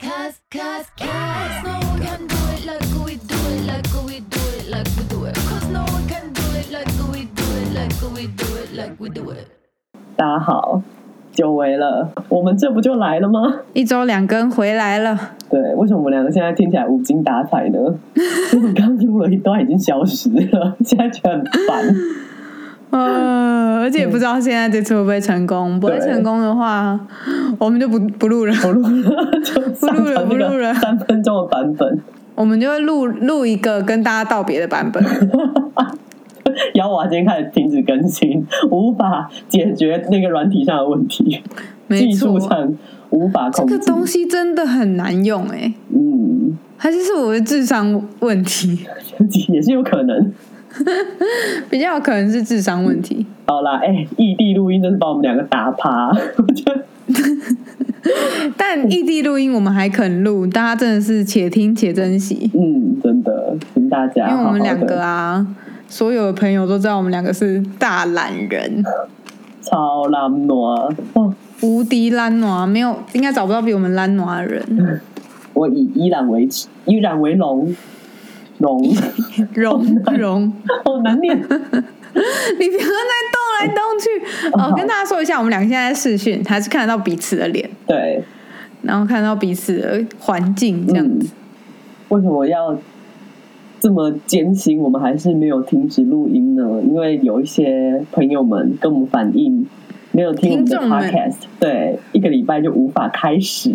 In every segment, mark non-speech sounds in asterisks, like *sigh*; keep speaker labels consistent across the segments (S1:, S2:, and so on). S1: Cause, cause no one can do it like we do it, like we do it, like we do it. Cause no one can do it like we do it, like we do it, like we do it.
S2: 大家好，久违了，我们这不就来了吗？
S3: 一周两更回来了，
S2: 对，为什么我们两个现在听起来无精打
S3: *laughs*
S2: 采呢？我们刚录了一段已经消失了，现在觉得很烦。
S3: 呃，而且也不知道现在这次会不会成功。不会
S2: 对
S3: 成功的话，我们就不不录了，
S2: 我录了就上传
S3: 不录了不
S2: 那
S3: 录
S2: 个
S3: 了
S2: 三分钟的版本，
S3: *laughs* 我们就会录录一个跟大家道别的版本。 *laughs*
S2: 然后我今天开始停止更新，无法解决那个软体上的问题，
S3: 没
S2: 技术
S3: 错，
S2: 上无法
S3: 这
S2: 控制。
S3: 个东西真的很难用哎、
S2: 嗯，
S3: 还是是我的智商问 *laughs* 题，
S2: 也是有可能。
S3: 比较有可能是智商问题。
S2: 好啦，哎、异地录音真是把我们两个打趴，我觉得
S3: 但异地录音我们还肯录，大家真的是且听且珍惜，
S2: 嗯，真的，请大家
S3: 因为
S2: 好
S3: 我
S2: 好
S3: 们
S2: 地
S3: 两个 *laughs* 啊，所有的朋友都知道我们两个是大懒人。
S2: 超懒惰哦，
S3: 无敌懒暖，没有应该找不到比我们懒暖的人。
S2: 嗯我以依然为耻，依然为荣，荣
S3: *laughs* 容
S2: *laughs*
S3: 容，
S2: 好难念。
S3: 你不要再动来动
S2: 嗯
S3: 去。哦，跟大家说一下，我们两个现在在视讯，还是看得到彼此的脸，
S2: 对，
S3: 然后看到彼此的环境这样
S2: 嗯
S3: 子。，
S2: 为什么要这么艰辛？我们还是没有停止录音呢？因为有一些朋友们跟我们反映，没有听我们的
S3: 听众们
S2: podcast，对，一个礼拜就无法开始，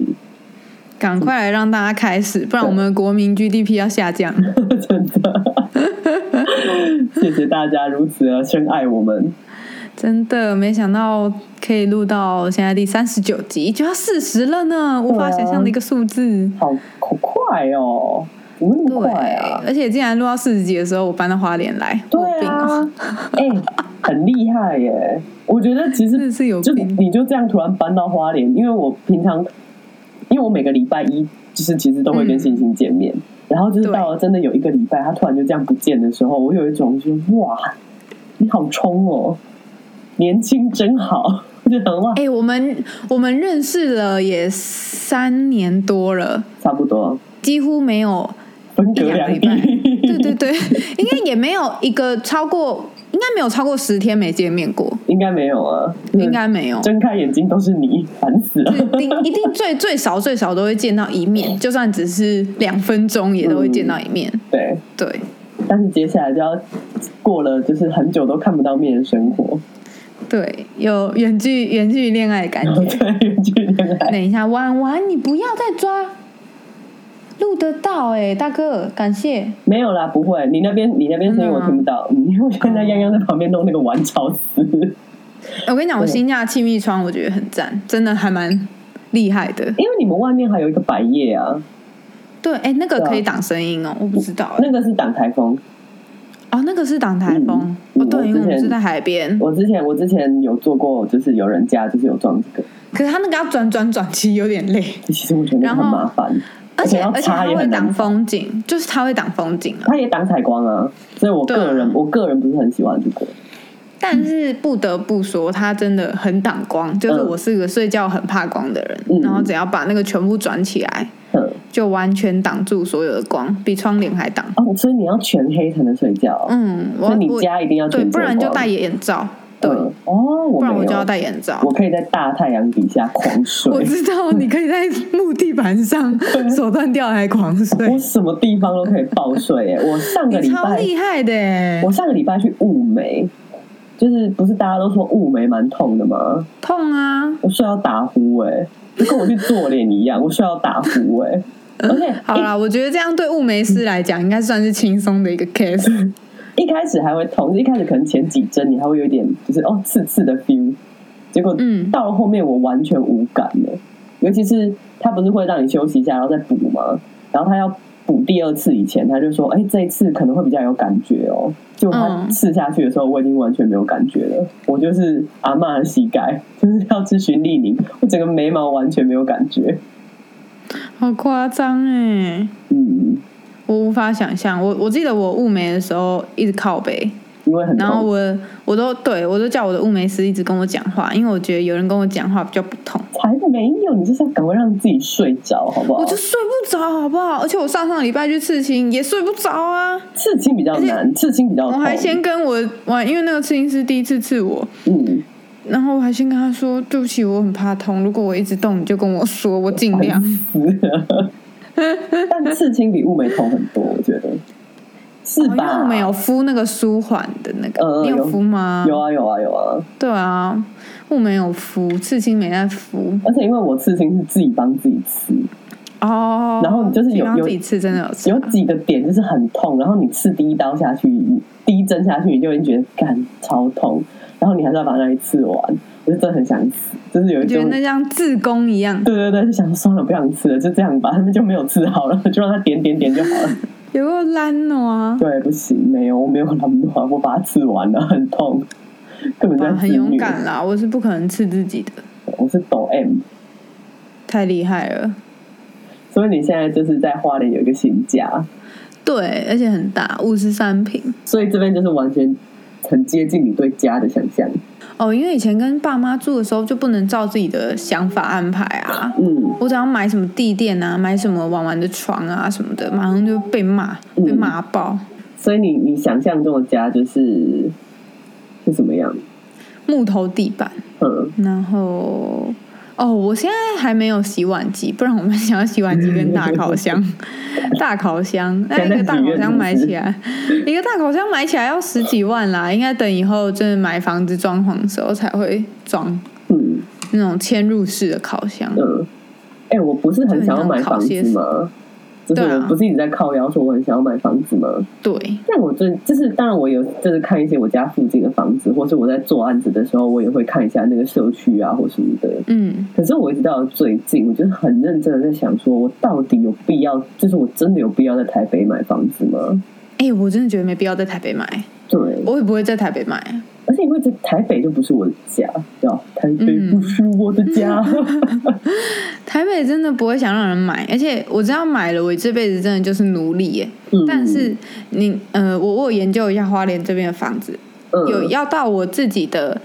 S2: *laughs*
S3: 赶快来让大家开始，不然我们的国民 GDP 要
S2: *laughs*
S3: 下降。
S2: 真的。 *laughs* 谢谢大家如此的深爱我们，
S3: 真的，没想到可以录到现在第三十九集，就要四十了呢，无法想象的一个数字。
S2: 好好快哦！怎么那么
S3: 对
S2: 快啊？，
S3: 而且竟然录到四十集的时候，我搬到花莲来，我有
S2: 对
S3: 病哦、
S2: 啊，哎、很厉害耶！我觉得其实
S3: 真的是有
S2: 就
S3: 病
S2: 你就这样突然搬到花莲，因为我平常，因为我每个礼拜一就是其实都会跟
S3: 嗯
S2: 星星见面，然后就是
S3: 对
S2: 到了真的有一个礼拜，他突然就这样不见的时候，我有一种就是哇，你好冲哦，年轻真好，我就很哇，
S3: 哎、我们我们认识了也三年多了，
S2: 差不多
S3: 几乎没有
S2: 分
S3: 一
S2: 隔
S3: 两
S2: 两
S3: 个礼
S2: 地
S3: 拜，， *laughs* 对对对，应该也没有一个超过，应该没有超过十天没见面过，
S2: *laughs* 应该没有啊，
S3: 应该没有，
S2: 睁开眼睛都是你，烦死了。
S3: 一定一定最最少最少都会见到一面，就算只是两分钟也都会见到一面，
S2: 对，
S3: 对。
S2: 但是接下来就要过了，就是很久都看不到面的生
S3: *laughs*
S2: 活，
S3: 对，有远距远距离恋爱的感觉。
S2: 哦对，远距恋爱，
S3: 等一下，婉婉，你不要再抓，录得到哎、大哥，感谢。
S2: 没有啦，不会，你那边你那边声音我听不到，嗯因为我现在泱泱在旁边弄那个玩潮丝，
S3: 我跟你讲，我
S2: 对
S3: 新架气密窗，我觉得很赞，真的还蛮厉害的。
S2: 因为你们外面还有一个百叶啊， *laughs*
S3: 对，哎、那个
S2: 对啊
S3: 可以挡声音哦，我不知道哎、
S2: 那个是挡台风。
S3: 哦，那个是挡台风、
S2: 嗯
S3: 哦，
S2: 我
S3: 对，因
S2: 之
S3: 为我们
S2: 前
S3: 是在海边，
S2: 我之前我之前有做过，就是有人家就是有装这个，
S3: 可是它那个要转转转，其实有点累，
S2: 其实我觉得
S3: 然
S2: 很
S3: 后
S2: 麻烦，
S3: 而且
S2: 要
S3: 而且它
S2: 擦也
S3: 会
S2: 很难
S3: 挡。风景，就是它会挡风景啊。
S2: 它也挡采光啊，所以我
S3: 对啊
S2: 个人、我个人不是很喜欢这个。
S3: 但是不得不说，它真的很挡光，就是
S2: 嗯
S3: 我是个睡觉很怕光的人，
S2: 嗯
S3: 然后只要把那个全部转起来，
S2: 嗯，
S3: 就完全挡住所有的光，比窗帘还挡。
S2: 哦，所以你要全黑才能睡觉，
S3: 嗯，我
S2: 所以你
S3: 我
S2: 家一定要全
S3: 对，不然就
S2: 遮光
S3: 戴眼罩。对，
S2: 嗯哦，我
S3: 不然我
S2: 没
S3: 就
S2: 有
S3: 要戴眼罩
S2: 我。可以在大太阳底下狂睡。
S3: 我知道你可以在木地板上手断掉还狂
S2: 我
S3: 睡，
S2: 什么地方都可以爆睡哎、我上个
S3: 你
S2: 礼
S3: 超
S2: 拜，
S3: 厉害的欸！
S2: 我上个礼拜去雾眉，就是不是大家都说雾眉蛮痛的吗？
S3: 痛啊！
S2: 我睡到打呼哎、就跟我去做脸一样，我睡到打呼哎、而且
S3: 嗯好啦，我觉得这样对雾眉师来讲，应该算是轻松的一个 case。
S2: 一开始还会痛，一开始可能前几针你还会有点就是哦刺刺的 feel，结果
S3: 嗯
S2: 到了后面我完全无感了，尤其是他不是会让你休息一下然后再补吗？然后他要补第二次以前，他就说哎、这一次可能会比较有感觉哦。结果他
S3: 嗯
S2: 刺下去的时候，我已经完全没有感觉了，我就是阿嬷的膝盖， *laughs* 就是要吃循利宁，我整个眉毛完全没有感觉，
S3: *laughs* 好夸张哎！
S2: 嗯，
S3: 我无法想象，我我记得我雾眉的时候一直靠背，
S2: 因为很
S3: 然后
S2: 痛，
S3: 我我都对我都叫我的物美师一直跟我讲话，因为我觉得有人跟我讲话比较不痛，
S2: 才没有，你就是要赶快让自己睡着，好不好？
S3: 我就睡不着，好不好？而且我上上礼拜去刺青也睡不着啊，
S2: 刺青比较难，刺青比较
S3: 我
S2: 痛。
S3: 还先跟我我因为那个刺青师第一次刺我，
S2: 嗯，
S3: 然后我还先跟他说对不起，我很怕痛，如果我一直动你就跟我说，我尽量。
S2: 死了 *laughs* 但刺青比雾眉痛很多，我觉得是
S3: 哦因为
S2: 吧？
S3: 我们有敷那个舒缓的那个，
S2: 呃
S3: 你有
S2: 有
S3: 敷吗？
S2: 有啊有啊有啊，
S3: 对啊，我没有敷，刺青没在敷。
S2: 而且因为我刺青是自己帮自己刺，
S3: 哦，
S2: 然后就是有
S3: 地方
S2: 有
S3: 自己刺真的有刺啊
S2: 有几个点就是很痛，然后你刺第一刀下去，你第一针下去，你就会觉得干超痛，然后你还是要把那里刺完，我就真的很想死，就是有一
S3: 我觉得
S2: 种
S3: 那像自宫一样。
S2: 对对对，就想算了，不想刺了，就这样吧，他们就没有刺好了，就让它点点点就好了。
S3: 有个懒惰啊，
S2: 对，不行，没有，我没有懒惰，我把它刺完了，很痛，根本就
S3: 哇
S2: 在
S3: 啊很
S2: 自
S3: 勇
S2: 虐
S3: 敢啦！我是不可能刺自己的，
S2: 我是抖 M，
S3: 太厉害了。
S2: 所以你现在就是在花莲有一个新家，
S3: 对，而且很大，五十三平。
S2: 所以这边就是完全很接近你对家的想象。
S3: 哦，因为以前跟爸妈住的时候就不能照自己的想法安排啊。
S2: 嗯，
S3: 我只要买什么地垫啊，买什么玩玩的床啊什么的，马上就被骂，
S2: 嗯
S3: 被骂爆。
S2: 所以你你想象中的家就是是什么样？
S3: 木头地板，
S2: 嗯，
S3: 然后哦，我现在还没有洗碗机，不然我们想要洗碗机跟大
S2: *laughs*
S3: 烤箱，大烤箱，那
S2: 现
S3: 一
S2: 在
S3: 个大
S2: 许
S3: 烤
S2: 愿
S3: 箱
S2: 是不
S3: 买
S2: 是
S3: 起来，一个大烤箱买起来要十几万啦，应该等以后真的买房子装潢的时候才会装
S2: 嗯
S3: 那种嵌入式的烤箱。
S2: 嗯，哎、我不是很想要买房子吗？就是
S3: 对
S2: 我
S3: 啊
S2: 不是一直在靠腰说我很想要买房子吗？
S3: 对，
S2: 但我最就是当然我有就是看一些我家附近的房子，或是我在做案子的时候，我也会看一下那个社区啊或什么的。
S3: 嗯，
S2: 可是我一直到最近，我就是很认真的在想，说我到底有必要，就是我真的有必要在台北买房子吗？
S3: 哎、我真的觉得没必要在台北买，
S2: 对，
S3: 我也不会在台北买。
S2: 而且因为这台北就不是我的家，对吧？台北不是
S3: 嗯
S2: 我的家，
S3: *laughs*
S2: 嗯
S3: 台北真的不会想让人买，而且我知道买了，我这辈子真的就是奴隶耶。
S2: 嗯
S3: 但是你呃，我我有研究一下花莲这边的房子，
S2: 嗯
S3: 有要到我自己的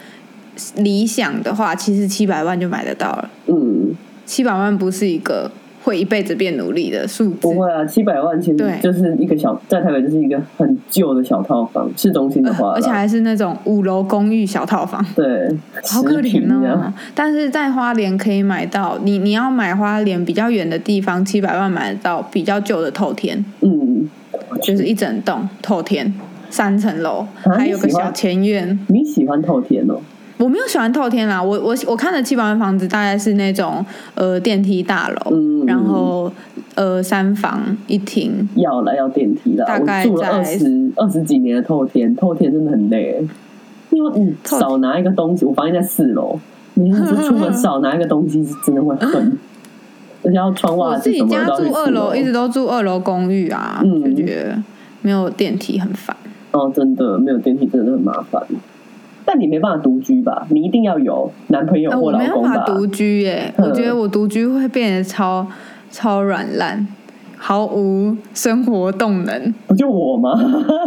S3: 理想的话，其实七百万就买得到了。
S2: 嗯，
S3: 七百万不是一个会一辈子变奴隶的数字
S2: 不，会啊，七百万其
S3: 对
S2: 实就是一个小，在台北就是一个很旧的小套房，市中心的话啦，
S3: 呃而且还是那种五楼公寓小套房。
S2: 对，
S3: 好可
S2: 十
S3: 怜
S2: 平这啊
S3: 哦
S2: 样！
S3: 但是在花莲可以买到，你你要买花莲比较远的地方，七百万买得到比较旧的透天，
S2: 嗯，
S3: 就是一整栋透天，三层楼，
S2: 啊
S3: 还有个
S2: 你喜欢
S3: 小前院。
S2: 你喜欢透天哦？
S3: 我没有喜欢透天啦，我我我看的七百万房子大概是那种呃电梯大楼，
S2: 嗯
S3: 然后呃三房一厅，
S2: 要了，要电梯了。
S3: 大
S2: 我
S3: 概
S2: 住了
S3: 在
S2: 二十二十几年的透天，透天真的很累，因为你
S3: 透
S2: 少拿一个东西，我房间在四楼，你要是出门少拿一个东西，是真的会恨。而且要穿袜
S3: 啊我
S2: 子
S3: 自己
S2: 什么
S3: 家
S2: 的都要去
S3: 住
S2: 四
S3: 二楼，
S2: 楼，
S3: 一直都住二楼公寓啊，
S2: 嗯
S3: 就觉得没有电梯很烦。
S2: 哦，真的没有电梯真的很麻烦。但你没办法独居吧？你一定要有男朋友
S3: 呃
S2: 或
S3: 我
S2: 老
S3: 没有
S2: 公
S3: 办法
S2: 吧？
S3: 独居耶、
S2: 嗯
S3: 我觉得我独居会变得超超软烂，毫无生活动能。 *laughs*
S2: 不就我吗？ *laughs*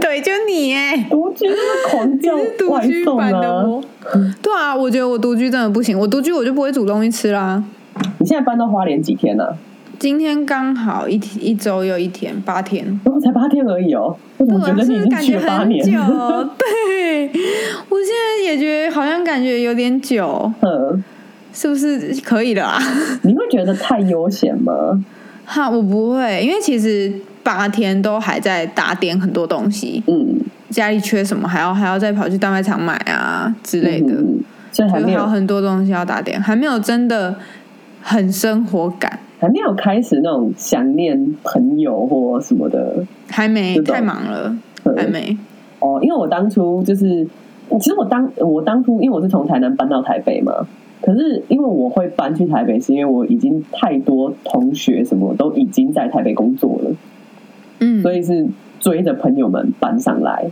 S3: 对，就你耶、
S2: 独居就是狂叫
S3: *laughs* 你是独
S2: 外
S3: 居
S2: 送
S3: 版的
S2: 啊！ *laughs*
S3: 我。对啊，我觉得我独居真的不行，我独居我就不会煮东西吃啦。
S2: 你现在搬到花莲几天了、啊？
S3: 今天刚好一天一周又一天，八天。
S2: 然后才八天而已哦，我怎
S3: 对
S2: 么
S3: 啊，
S2: 觉得
S3: 是
S2: 你
S3: 不
S2: 已
S3: 是
S2: 经
S3: 感
S2: 去
S3: 觉
S2: 了八
S3: 很
S2: 年？
S3: 久？哦 *laughs* 对，我现在也觉得好像感觉有点久，
S2: *laughs* 嗯，
S3: 是不是可以了啊？
S2: 你会觉得太悠闲吗？
S3: 哈，我不会，因为其实八天都还在打点很多东西，
S2: 嗯，
S3: 家里缺什么还要还要再跑去大卖场买啊之类的，
S2: 嗯，所以还
S3: 就是
S2: 没
S3: 还
S2: 有
S3: 有很多东西要打点，还没有真的很生活感，
S2: 还没有开始那种想念朋友或什么的
S3: 还没
S2: 是的
S3: 太忙了，
S2: 嗯
S3: 还没。
S2: 哦。因为我当初就是，其实我当我当初因为我是从台南搬到台北嘛，可是因为我会搬去台北，是因为我已经太多同学什么都已经在台北工作了，
S3: 嗯，
S2: 所以是追着朋友们搬上来。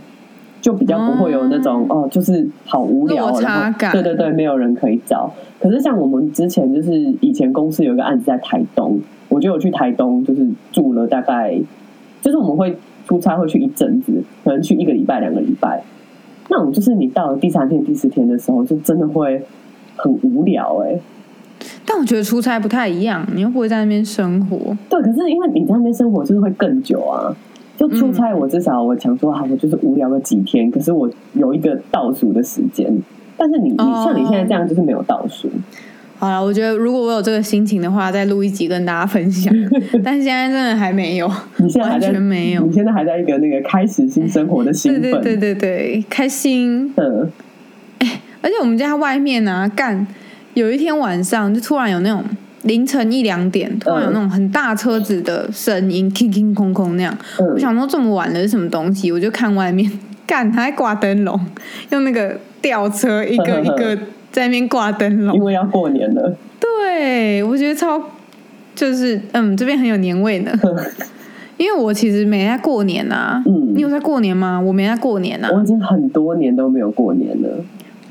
S2: 就比较不会有那种哦就是好无聊哦，
S3: 嗯落差
S2: 然后
S3: 感
S2: 对对对，没有人可以找。可是像我们之前就是以前公司有一个案子在台东，我就有去台东，就是住了大概，就是我们会出差会去一阵子，可能去一个礼拜、两个礼拜。那种就是你到了第三天、第四天的时候，就真的会很无聊哎、
S3: 但我觉得出差不太一样，你又不会在那边生活。
S2: 对，可是因为你在那边生活，就是会更久啊。就
S3: 嗯
S2: 出差，我至少我想说，好，我就是无聊个几天，可是我有一个倒数的时间。但是你，你
S3: 哦
S2: 像你现在这样，就是没有倒数。
S3: 好了，我觉得如果我有这个心情的话，再录一集跟大家分
S2: *laughs*
S3: 享。但是现在真的还没有，
S2: 你现在还在
S3: 完全没有
S2: 你现在还在一个那个开始新生活的兴
S3: *laughs* 对
S2: 奋。
S3: 对对对对，开心。
S2: 嗯，
S3: 而且我们家外面啊，干有一天晚上就突然有那种凌晨一两点，突然有那种很大车子的声音，空空空空那样。
S2: 嗯
S3: 我想说这么晚了是什么东西？我就看外面，干他还挂灯笼，用那个吊车一
S2: *laughs*
S3: 个一个在那边挂灯笼
S2: 因。为要过年了，
S3: 对，我觉得超就是嗯，这边很有年
S2: *laughs*
S3: 味呢。因为我其实没在过年啊，
S2: 嗯
S3: 你有在过年吗？我没在过年啊，
S2: 我已经很多年都没有过年了。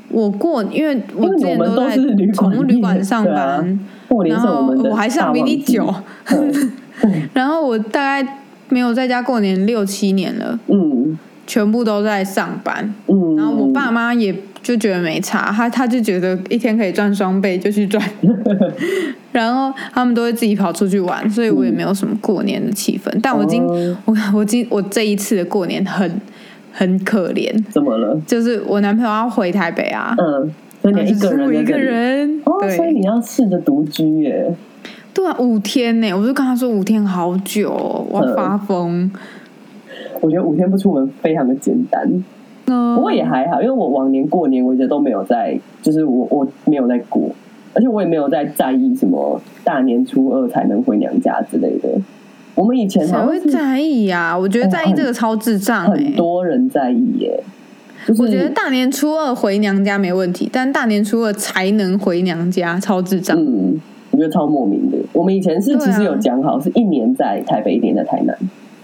S3: 我过，因为我
S2: 因为
S3: 之
S2: 我
S3: 前
S2: 们
S3: 在
S2: 是旅馆
S3: 宠物
S2: 业
S3: 旅馆上
S2: 对啊
S3: 班，
S2: 过年
S3: 然
S2: 是我
S3: 后
S2: 们的
S3: 我还
S2: 大
S3: 上比
S2: 旺
S3: 你
S2: 季
S3: 久，
S2: 嗯
S3: 然后我大概没有在家过年六七年了，
S2: 嗯
S3: 全部都在上班。 *laughs*
S2: 嗯，
S3: 然后我爸妈也就觉得没差，他他就觉得一天可以赚双倍
S2: *laughs*
S3: 就去赚，然后他们都会自己跑出去玩，所以我也没有什么过年的气氛。但我今、
S2: 哦
S3: 我 *laughs* 我今我这一次的过年很很可怜，
S2: 怎么了？
S3: 就是我男朋友要回台北啊，
S2: 嗯，所以
S3: 然
S2: 你
S3: 后
S2: 一个人在
S3: 就是我一个
S2: 这里
S3: 人，
S2: 哦，
S3: 对
S2: 所以你要试着独居耶。
S3: 对啊，五天呢、我就跟他说五天好久哦、我要发疯。
S2: 我觉得五天不出门非常的简单，
S3: 嗯，
S2: 不过也还好，因为呃我往年过年我一直都没有在，就是我我没有在过，而且我也没有在在意什么大年初二才能回娘家之类的。我们以前
S3: 谁
S2: 好像
S3: 会
S2: 是
S3: 在意啊？我觉得在意这个超智障哎、
S2: 很多人在意耶，就是
S3: 我觉得大年初二回娘家没问题，但大年初二才能回娘家，超智障。
S2: 嗯，我觉得超莫名的。我们以前是
S3: 对啊
S2: 其实有讲好，是一年在台北，一年在台南，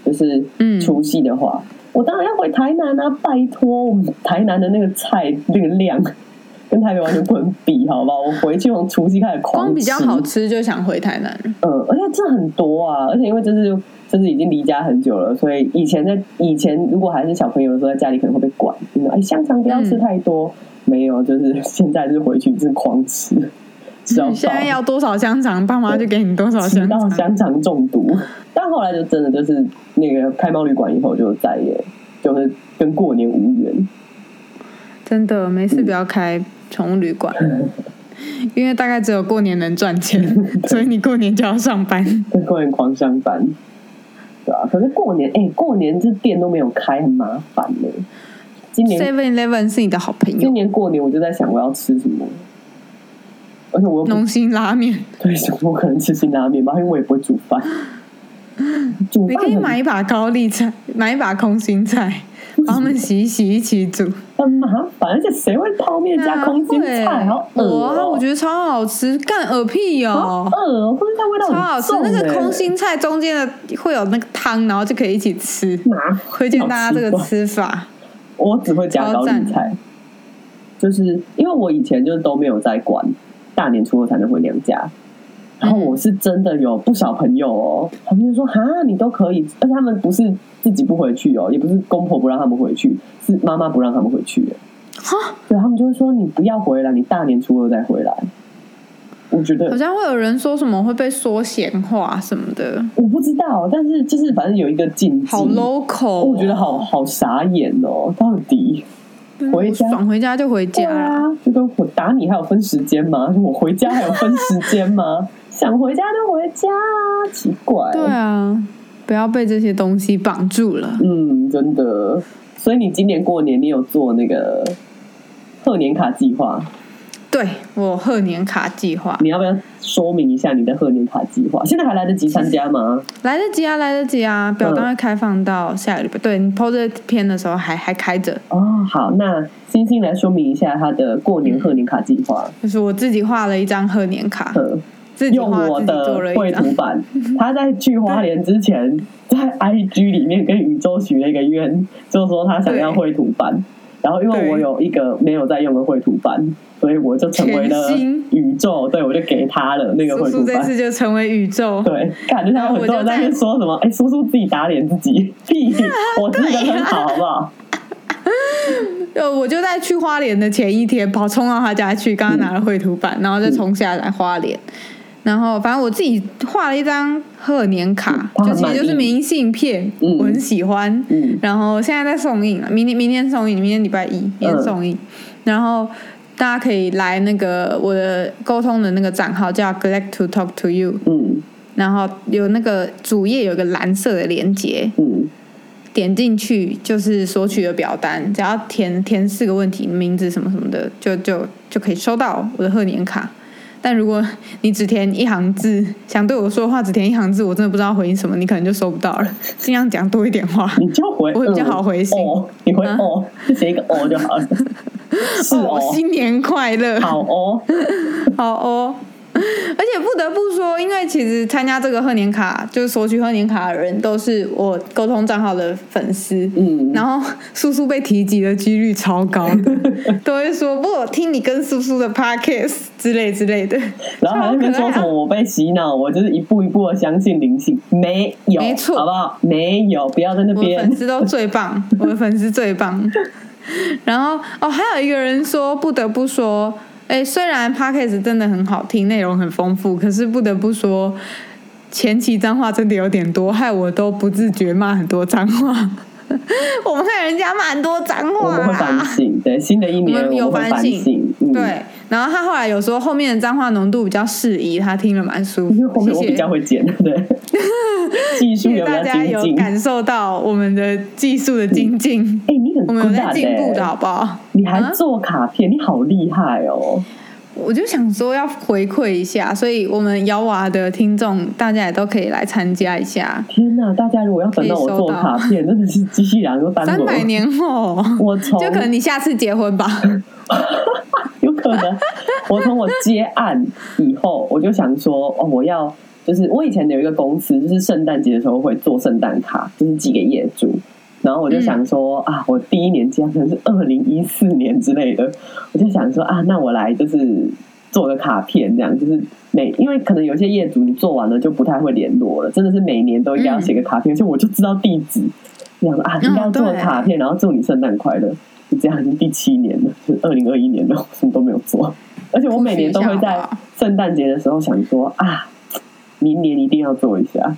S2: 就是
S3: 嗯
S2: 除夕的话，我当然要回台南啊！拜托，我们台南的那个菜那个量 *laughs* 跟台北完全不能比，好不好？我回去从除夕开始狂
S3: 光
S2: 吃
S3: 比较好吃就想回台南，
S2: 嗯，而且这很多啊，而且因为就是就是已经离家很久了，所以以前在以前如果还是小朋友的时候，在家里可能会被管，就是哎香肠不要吃
S3: 嗯
S2: 太多，没有，就是现在就是回去就是狂吃，
S3: 嗯
S2: 吃到
S3: 你现在
S2: 饱
S3: 要多少香肠，爸妈就给你多少
S2: 吃
S3: 香
S2: 到
S3: 肠。
S2: 香肠中毒，但后来就真的就是那个开猫旅馆以后就再也就是跟过年无缘。
S3: 真的，没事不要开宠物
S2: *laughs*
S3: 旅馆，因为大概只有过年能赚钱，
S2: *laughs*
S3: 所以你过年就要上班。
S2: 跟过年狂上班，对啊，可是过年哎、过年这店都没有开，很麻烦呢、今年
S3: Seven Eleven 是你的好朋
S2: 今
S3: 友，
S2: 年过年我就在想我要吃什么，而且我又不
S3: 农心拉面，
S2: 对想我可能吃辛拉面吧，因为我也不会煮饭。煮
S3: 你
S2: 饭
S3: 可以
S2: 很
S3: 买一把高丽菜，买一把空心菜，
S2: 嗯
S3: 把它们洗一洗一起煮。
S2: 很麻烦，而且谁会泡面加空心菜？好恶
S3: 啊哇，
S2: 哦、
S3: 我觉得超好吃，干耳屁
S2: 好
S3: 哦、
S2: 饿哦，空心菜味道
S3: 超
S2: 很
S3: 好吃！
S2: 重
S3: 那个
S2: 欸
S3: 空心菜中间的会有那个汤，然后就可以一起吃。
S2: 麻
S3: 推荐大家这个
S2: 好奇怪
S3: 吃法，
S2: 我只会加高丽
S3: 超
S2: 菜，就是因为我以前就是都没有在管大年初二才能回娘家，
S3: 嗯
S2: 然后我是真的有不少朋友哦，他们就说哈你都可以，但是他们不是自己不回去哦，也不是公婆不让他们回去，是妈妈不让他们回去耶，
S3: 哈，
S2: 对他们就会说你不要回来，你大年初二再回来。我觉得
S3: 好像会有人说什么会被说闲话什么的，
S2: 我不知道，但是就是反正有一个禁忌，
S3: 好 local 哦、
S2: 嗯我觉得好好傻眼哦，到底。
S3: 嗯
S2: 回
S3: 我
S2: 家
S3: 爽回家就回
S2: 对
S3: 家啦。
S2: 啊，就跟我打你还有分时间吗？我回家还有分时间吗？ *laughs* 想回家就回家啊，奇怪。
S3: 对啊，不要被这些东西绑住了。
S2: 嗯，真的。所以你今年过年你有做那个贺年卡计划？
S3: 对我贺年卡计划
S2: 你要不要说明一下你的贺年卡计划？现在还来得及参加吗？
S3: 来得及啊，来得及
S2: 嗯
S3: 啊，表单会开放到下个礼拜。对你 PO 这篇的时候还还开着。
S2: 哦，好，那星星来说明一下他的过年贺年卡计划。
S3: 就是我自己画了一张贺年卡，
S2: 呃，
S3: 自己
S2: 用
S3: 画
S2: 我
S3: 自己做了
S2: 的绘
S3: 一张
S2: 图。板。他在去花莲之前，在 IG 里面跟宇宙许了一个愿，就说他想要绘图板。然后因为我有一个没有在用的绘图板，所以我就成为了
S3: 全新
S2: 宇宙，对我就给他了那个
S3: *laughs* 叔
S2: 绘
S3: 叔
S2: 图
S3: 这
S2: 板。
S3: 次就成为宇宙，
S2: 对，感觉
S3: 然
S2: 他
S3: 后
S2: 很
S3: 我
S2: 多
S3: 就
S2: 人在那边
S3: 在
S2: 说什么，哎、叔叔自己打脸自己，屁，我自己很好，好不好？
S3: 呃，我就在去花莲的前一天跑冲到他家去，刚刚拿了绘图板，然后再冲下来花莲。然后反正我自己画了一张贺年卡，
S2: 嗯他
S3: 就
S2: 很
S3: 其
S2: 满
S3: 实
S2: 意
S3: 就是明信片，
S2: 嗯
S3: 我很喜欢。
S2: 嗯
S3: 然后现在在送印了，明天明天送印，明天礼拜一，明天送印。然后大家可以来那个我的沟通的那个账号叫 Glad to Talk to You，
S2: 嗯
S3: 然后有那个主页有一个蓝色的连接，
S2: 嗯
S3: 点进去就是索取的表单，只要填填四个问题，名字什么什么的，就就就可以收到我的贺年卡。但如果你只填一行字，想对我说话只填一行字，我真的不知道回应什么，你可能就收不到了。尽量讲多一点话。
S2: 你就回，
S3: 我会比较好回信
S2: 嗯哦，你回
S3: 啊
S2: 哦，就写一个哦就好
S3: *laughs*
S2: 了。是哦，
S3: 新年快乐！
S2: 好哦，
S3: *laughs* 好哦。而且不得不说，因为其实参加这个贺年卡，就是索取贺年卡的人，都是我沟通账号的粉丝。
S2: 嗯
S3: 然后苏苏被提及的几率超高的，
S2: *laughs*
S3: 都会说不，我听你跟苏苏的 podcast 之类之类的，
S2: 然后还在那边
S3: 超
S2: 说
S3: 可爱
S2: 什
S3: 啊
S2: 么我被洗脑，我就是一步一步的相信灵性，没有，
S3: 没错
S2: 好不好？没有，不要在那
S3: 我的
S2: 边
S3: 粉。
S2: *laughs*
S3: 丝都最棒，我的粉丝最棒。然后哦，还有一个人说，不得不说，哎，虽然 podcast 真的很好听，内容很丰富，可是不得不说，前期脏话真的有点多，害我都不自觉骂很多脏话。 *laughs* 我们看人家骂很多脏
S2: 我
S3: 话
S2: 们会
S3: 啦
S2: 反省，对新的一
S3: 啊我
S2: 年
S3: 们有
S2: 会
S3: 反
S2: 反
S3: 省
S2: 省，嗯，
S3: 对，然后他后来有说后面的脏话浓度比较适宜，他听了蛮舒服。
S2: 因为后面我
S3: 谢谢
S2: 比较会剪，对，技术
S3: 谢
S2: 有比
S3: 谢大
S2: 较
S3: 家
S2: 精
S3: 有
S2: 进。
S3: 感受到我们的技术的精进，
S2: *laughs* 哎，你很
S3: 我们有在
S2: good
S3: 进步的
S2: 欸
S3: 好不好？
S2: 你还
S3: 啊
S2: 做卡片，你好厉害哦！
S3: 我就想说要回馈一下，所以我们瑶娃的听众大家也都可以来参加一下。
S2: 天哪，大家如果要等到我
S3: 可以收
S2: 做
S3: 到
S2: 卡片，真的是机器人
S3: *laughs*
S2: 都翻
S3: 三
S2: 滚。
S3: 百年后，
S2: 哦我从
S3: 就可能你下次结
S2: *laughs*
S3: 婚吧。
S2: 有可能。我从我接案以后，我就想说，哦，我要就是我以前有一个公司，就是圣诞节的时候会做圣诞卡，就是寄给业主。然后我就想说、啊，我第一年接案可能是二零一四年之类的，我就想说啊，那我来就是做个卡片，这样就是每因为可能有些业主你做完了就不太会联络了，真的是每年都应该要写个卡片，所以我就知道地址，想说啊，应该要做个卡片，然后祝你圣诞快乐。就这样，已经第七年了，就是二零二一年了，我什么都没有做。而且我每年都会在圣诞节的时候想说啊，明年一定要做一下。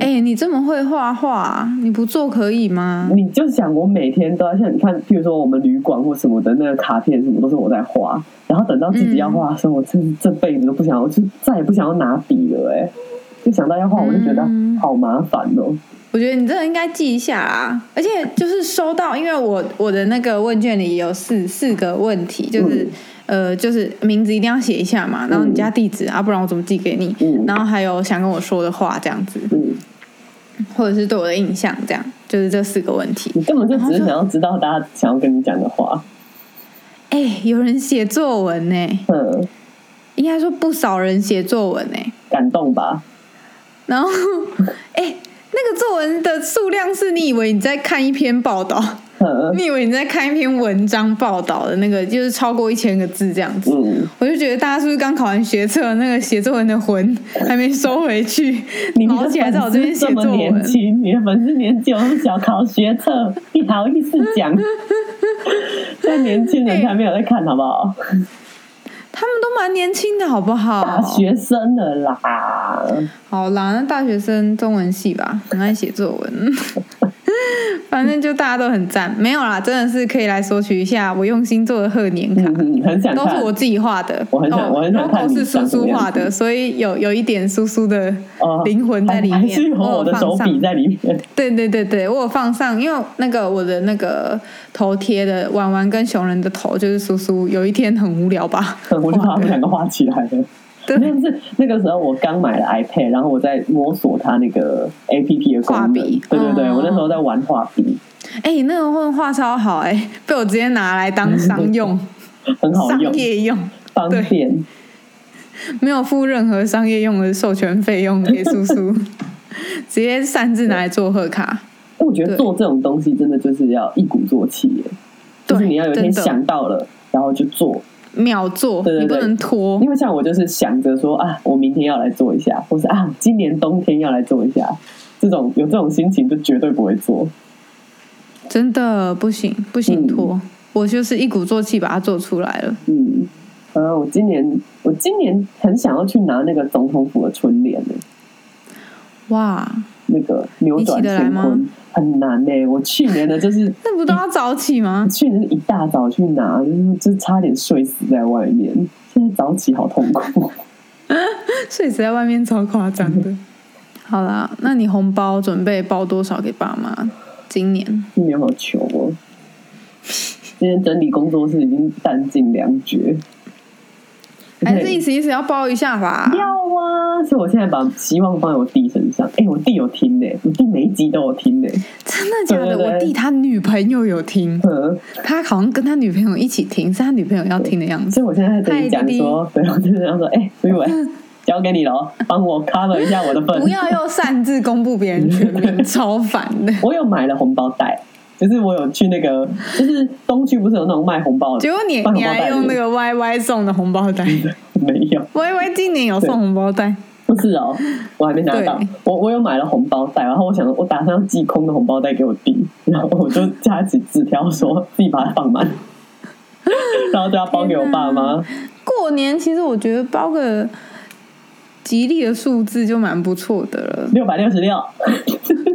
S3: 哎、你这么会画画，你不做可以吗？
S2: 你就想我每天都要像你看，譬如说我们旅馆或什么的那个卡片，什么都是我在画。然后等到自己要画的时候，我真这辈子都不想要，我就再也不想要拿笔了、哎，就想到要画，我就觉得
S3: 嗯
S2: 好麻烦哦、
S3: 我觉得你真的应该记一下啊，而且就是收到，因为我我的那个问卷里有四四个问题，就是、呃，就是名字一定要写一下嘛，然后你家地址啊，不然我怎么寄给你？
S2: 嗯
S3: 然后还有想跟我说的话这样子，
S2: 嗯，
S3: 或者是对我的印象这样，就是这四个问题。
S2: 你根本就只是想要知道大家想要跟你讲的话。
S3: 哎、有人写作文呢、
S2: 嗯，
S3: 应该说不少人写作文呢、
S2: 感动吧？
S3: 然后 *laughs* 哎、那个作文的数量是你以为你在看一篇报道，
S2: 嗯
S3: 你以为你在看一篇文章报道的那个，就是超过一千个字这样子。
S2: 嗯。
S3: 我就觉得大家是不是刚考完学测，那个写作文的魂还没收回去，
S2: 你
S3: 毛
S2: 的
S3: 起来在我这边
S2: 粉丝
S3: 写
S2: 这么
S3: 作
S2: 年
S3: 文？
S2: 轻，你的粉丝年纪有那么小，考学测，你好意思
S3: *laughs*
S2: 讲？这年轻
S3: 哎
S2: 人才没有在看，好不好？
S3: 他们都蛮年轻的，好不
S2: 大
S3: 好？
S2: 啊学生了啦，嗯
S3: 好啦，那大学生中文系吧，很爱写作文。 *laughs* 反正就大家都很赞，没有啦，真的是可以来索取一下我用心做的贺年卡。
S2: 嗯嗯，很 *laughs* 想
S3: 都是
S2: 看
S3: 我自己画的，
S2: *laughs* 我很想
S3: 哦
S2: 我很想看
S3: logo
S2: 你
S3: 是
S2: 长
S3: 苏
S2: 什么
S3: 苏
S2: 样
S3: 画的，所以有有一点苏苏的
S2: 哦
S3: 灵魂在里
S2: 还还
S3: 面。
S2: 是有
S3: 我
S2: 我
S3: 有
S2: 的手
S3: 放
S2: 笔
S3: 上，
S2: 在里面。
S3: 对对对对，我有放上，因为那个我的那个头贴的婉婉跟熊人的头就是苏苏，有一天很无聊吧？
S2: *laughs* 我就把他们两个画起来了。
S3: 对
S2: 那是那个时候我刚买了 iPad，然后我在摸索它那个 APP 的功
S3: 画
S2: 能。
S3: 笔
S2: 对对对，
S3: 嗯
S2: 我那时候在玩画笔，
S3: 哎、那个画画超好哎、被我直接拿来当商用、
S2: 很好
S3: 商
S2: 用，
S3: 业用，
S2: 方
S3: 对
S2: 便。
S3: 没有付任何商业用的授权费用给
S2: *laughs*
S3: 苏苏，直接擅自拿来做贺卡。
S2: 我觉得
S3: 对
S2: 做这种东西真的就是要一鼓作气耶。就是
S3: 对
S2: 你要有一天
S3: 真的
S2: 想到了，然后就做。
S3: 秒做，
S2: 对对
S3: 你不
S2: 对
S3: 能拖
S2: 因。为像我就是想着说啊，我明天要来做一下，或是啊，今年冬天要来做一下，这种有这种心情就绝对不会做。
S3: 真的不行，不行
S2: 嗯
S3: 拖，我就是一鼓作气把它做出来了。
S2: 嗯，啊，我今年我今年很想要去拿那个总统府的春联呢，
S3: 哇，
S2: 那个扭转
S3: 你起得来
S2: 乾
S3: 吗
S2: 坤很难呢、我去年呢，
S3: *laughs*
S2: 就是？
S3: 那不都要早起吗 *laughs*
S2: 去年一大早去拿，就是就是差点睡死在外面。现在早起好痛苦。
S3: 睡死在外面超夸张
S2: 嗯
S3: 的。好啦，那你红包准备包多少给爸妈？今年
S2: 今年好穷哦！今天整理工作室已经弹尽粮绝，嗯
S3: 还哎是一时一时要包一下
S2: *laughs*
S3: 吧。
S2: 要啊！所以我现在把希望放在我弟身上。哎、我弟有听呢、我弟每一集都有听呢、
S3: 真的假的？
S2: 对对对
S3: 我弟他女朋友有听，
S2: 嗯，
S3: 他好像跟他女朋友一起听，是他女朋友要听的样子。
S2: 所以我现在在跟你讲说，对，我就这样说，哎、所以我交给你了，哦帮我 cover 一下我的份。
S3: 哦不要又擅自公布别人全
S2: *laughs*
S3: 名，超烦的。
S2: 我有买了红包袋，就是我有去那个，就是东区不是有那种卖红包的，
S3: 结果你
S2: 卖红
S3: 你
S2: 包
S3: 还
S2: 袋
S3: 用
S2: 的
S3: 那个 YY 送的红包袋
S2: 嗯 *laughs* 没有。
S3: ，YY 今年有送红包袋，
S2: 不是哦，我还没拿到
S3: 对。
S2: 我我有买了红包袋，然后我想我打算要寄空的红包袋给我弟，然后我就加起纸条说自己把它放满，
S3: *laughs*
S2: 然后就要包给我爸妈。，
S3: 过年其实我觉得包个吉利的数字就蛮不错的了
S2: 六百六
S3: *laughs*
S2: 十六，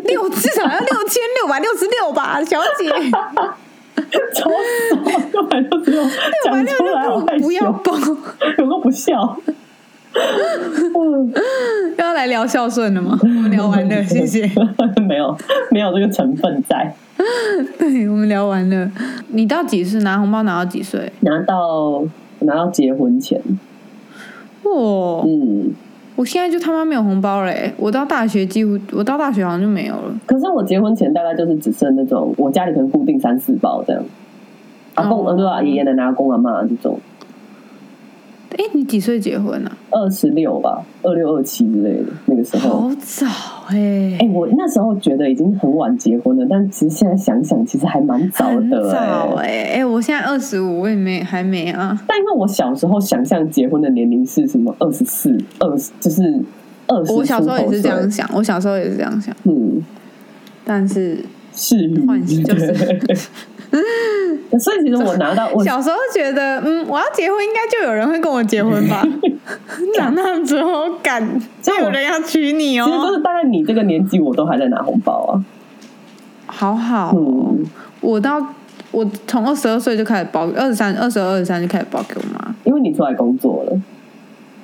S3: 六至少要六千六百六十六吧，小姐，六
S2: 超少，六百六十六，
S3: 百
S2: 讲
S3: 六
S2: 出来好害
S3: 十
S2: 羞，
S3: 不要包，
S2: 有个不笑。
S3: 要来聊孝顺了吗？我们聊完
S2: *laughs*
S3: 了，谢谢。
S2: 没有没有这个成分在，
S3: 对，我们聊完了。你到几岁拿红包？拿到几岁？
S2: 拿到拿到结婚前，
S3: 哇、
S2: 嗯，
S3: 我现在就他妈没有红包嘞、欸我到大学几乎，我到大学好像就没有了。
S2: 可是我结婚前大概就是只剩那种我家里可能固定三四包这样，阿公
S3: 哦
S2: 呃对啊，爷爷奶奶、阿公阿妈这种，
S3: 哎、你几岁结婚啊？
S2: 二十六吧，二六二七之类的那个时候。
S3: 好早哎、
S2: 哎、我那时候觉得已经很晚结婚了，但其实现在想想，其实还蛮早
S3: 很
S2: 的、
S3: 早
S2: 哎
S3: 哎、哎、我现在二十五，我也没还没啊。
S2: 但因为我小时候想象结婚的年龄是什么，二十四、二十，就是二十。
S3: 我小时候也是这样，想，我小时候也是这样想，
S2: 嗯，
S3: 但是
S2: 是
S3: 幻想就是
S2: 对 *laughs* 所以其实我拿到我
S3: 小时候觉得，嗯，我要结婚，应该就有人会跟我结
S2: *laughs*
S3: 婚吧。长大之后，敢
S2: 所
S3: 就
S2: 以我
S3: 有人要娶你
S2: 其实就
S3: 哦，
S2: 是大概你这个年纪，我都还在拿红包啊。
S3: 好好哦、
S2: 嗯，
S3: 我到我从二十二岁就开始包，二十三、二十二、二十三就开始包给我妈。
S2: 因为你出来工作了。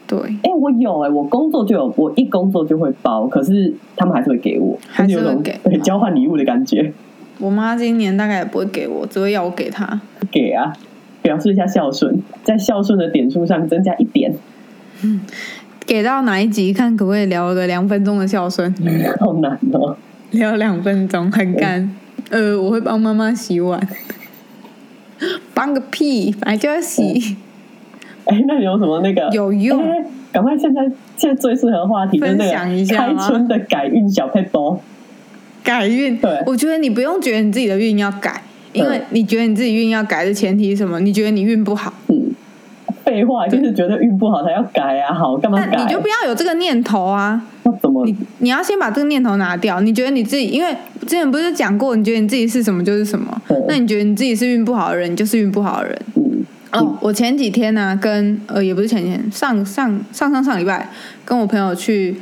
S3: 对，
S2: 哎、我有哎、我工作就有，我一工作就会包，可是他们还是会给我，
S3: 还是
S2: 就
S3: 会
S2: 有种
S3: 给
S2: 对交换礼物的感觉，
S3: 我妈今年大概也不会给我，只会要我给她。
S2: 给啊，表示一下孝顺，在孝顺的点数上增加一点，
S3: 给到哪一集看可不可以聊个两分钟的孝顺，
S2: 好难哦、
S3: 聊两分钟很干。呃，我会帮妈妈洗碗， *laughs* 帮个屁，反正就要洗。
S2: 哎、那你有什么那个
S3: 有用
S2: 哎赶、快现在现在最适合的话题就是那
S3: 分享一
S2: 个
S3: 下
S2: 开
S3: 吗
S2: 春的改运小配包，
S3: 改运
S2: 对，
S3: 我觉得你不用觉得你自己的运要改，因为
S2: 对
S3: 你觉得你自己运要改的前提是什么？你觉得你运不好，
S2: 嗯，废话就是觉得运不好才要改啊，好干嘛
S3: 但
S2: 改？嗯
S3: 你就不要有这个念头啊。
S2: 那怎么
S3: 你你要先把这个念头拿掉。你觉得你自己，因为之前不是讲过，你觉得你自己是什么就是什么
S2: 嗯。
S3: 那你觉得你自己是运不好的人，你就是运不好的人。
S2: 嗯
S3: 哦，我前几天呢、跟呃也不是前几天，上上上上上礼拜跟我朋友去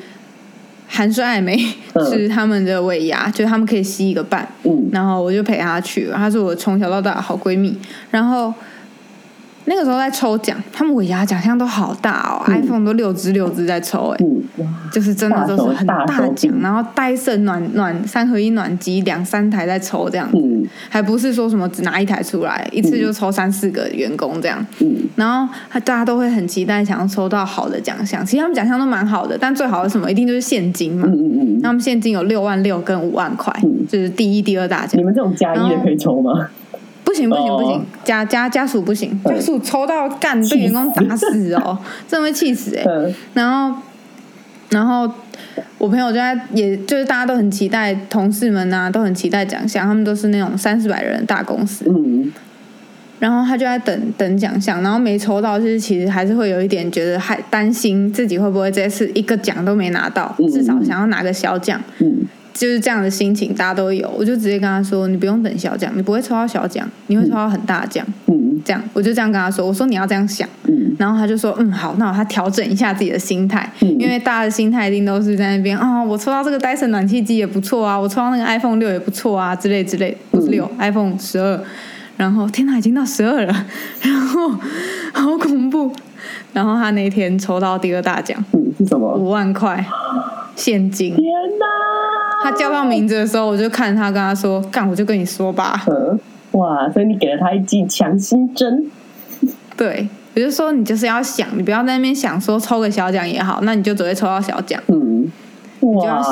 S3: 韩式爱美
S2: 嗯
S3: 吃他们的尾牙，就是他们可以吸一个半，
S2: 嗯
S3: 然后我就陪她去，她是我从小到大的好闺蜜。然后那个时候在抽奖，他们尾牙奖项都好大哦、
S2: 嗯
S3: i p h o n e 都六只六只在抽、哎、
S2: 嗯，哇
S3: 就是真的都是很
S2: 大手大手
S3: 大
S2: 笔
S3: 奖，然后戴森暖暖三合一暖机两三台在抽这样，
S2: 嗯
S3: 还不是说什么只拿一台出来，一次就抽三四个员工这样。
S2: 嗯
S3: 然后他大家都会很期待，想要抽到好的奖项。其实他们奖项都蛮好的，但最好的是什么，一定就是现金嘛。
S2: 嗯嗯嗯
S3: 那他们现金有六万六跟五万块，
S2: 嗯
S3: 就是第一、第二大奖
S2: 你。们这种加一的可以抽吗？
S3: 不行不行不
S2: 哦
S3: 行，家家家属不行，
S2: 嗯
S3: 家属抽到干
S2: 气
S3: 被员工打死哦， *laughs* 真的会气死哎、
S2: 嗯
S3: 然后，然后我朋友就在，也就是大家都很期待，同事们啊都很期待奖项，他们都是那种三四百人的大公司。
S2: 嗯
S3: 然后他就在等等奖项，然后没抽到，就是其实还是会有一点觉得还担心自己会不会这次一个奖都没拿到
S2: 嗯，
S3: 至少想要拿个小奖，
S2: 嗯，
S3: 就是这样的心情，大家都有。我就直接跟他说，你不用等小奖，你不会抽到小奖，你会抽到很大的奖。
S2: 嗯
S3: 这样，我就这样跟他说，我说你要这样想，
S2: 嗯
S3: 然后他就说，嗯，好，那他调整一下自己的心态，
S2: 嗯
S3: 因为大家的心态一定都是在那边啊、我抽到这个 Dyson 暖气机也不错啊，我抽到那个 iPhone 六也不错啊，之类之类，不是六、iPhone 十二，然后天哪，已经到十二了， *laughs* 然后好恐怖，然后他那天抽到第二大奖，
S2: 嗯，是什么？
S3: 五万块现金。
S2: 天哪！
S3: 他叫到名字的时候，我就看他，跟他说：“干，我就跟你说吧。”
S2: 呃哇，所以你给了他一剂强心针。
S3: 对，我就说你就是要想，你不要在那边想说抽个小奖也好，那你就只会抽到小奖，
S2: 嗯，
S3: 你就要
S2: 哇，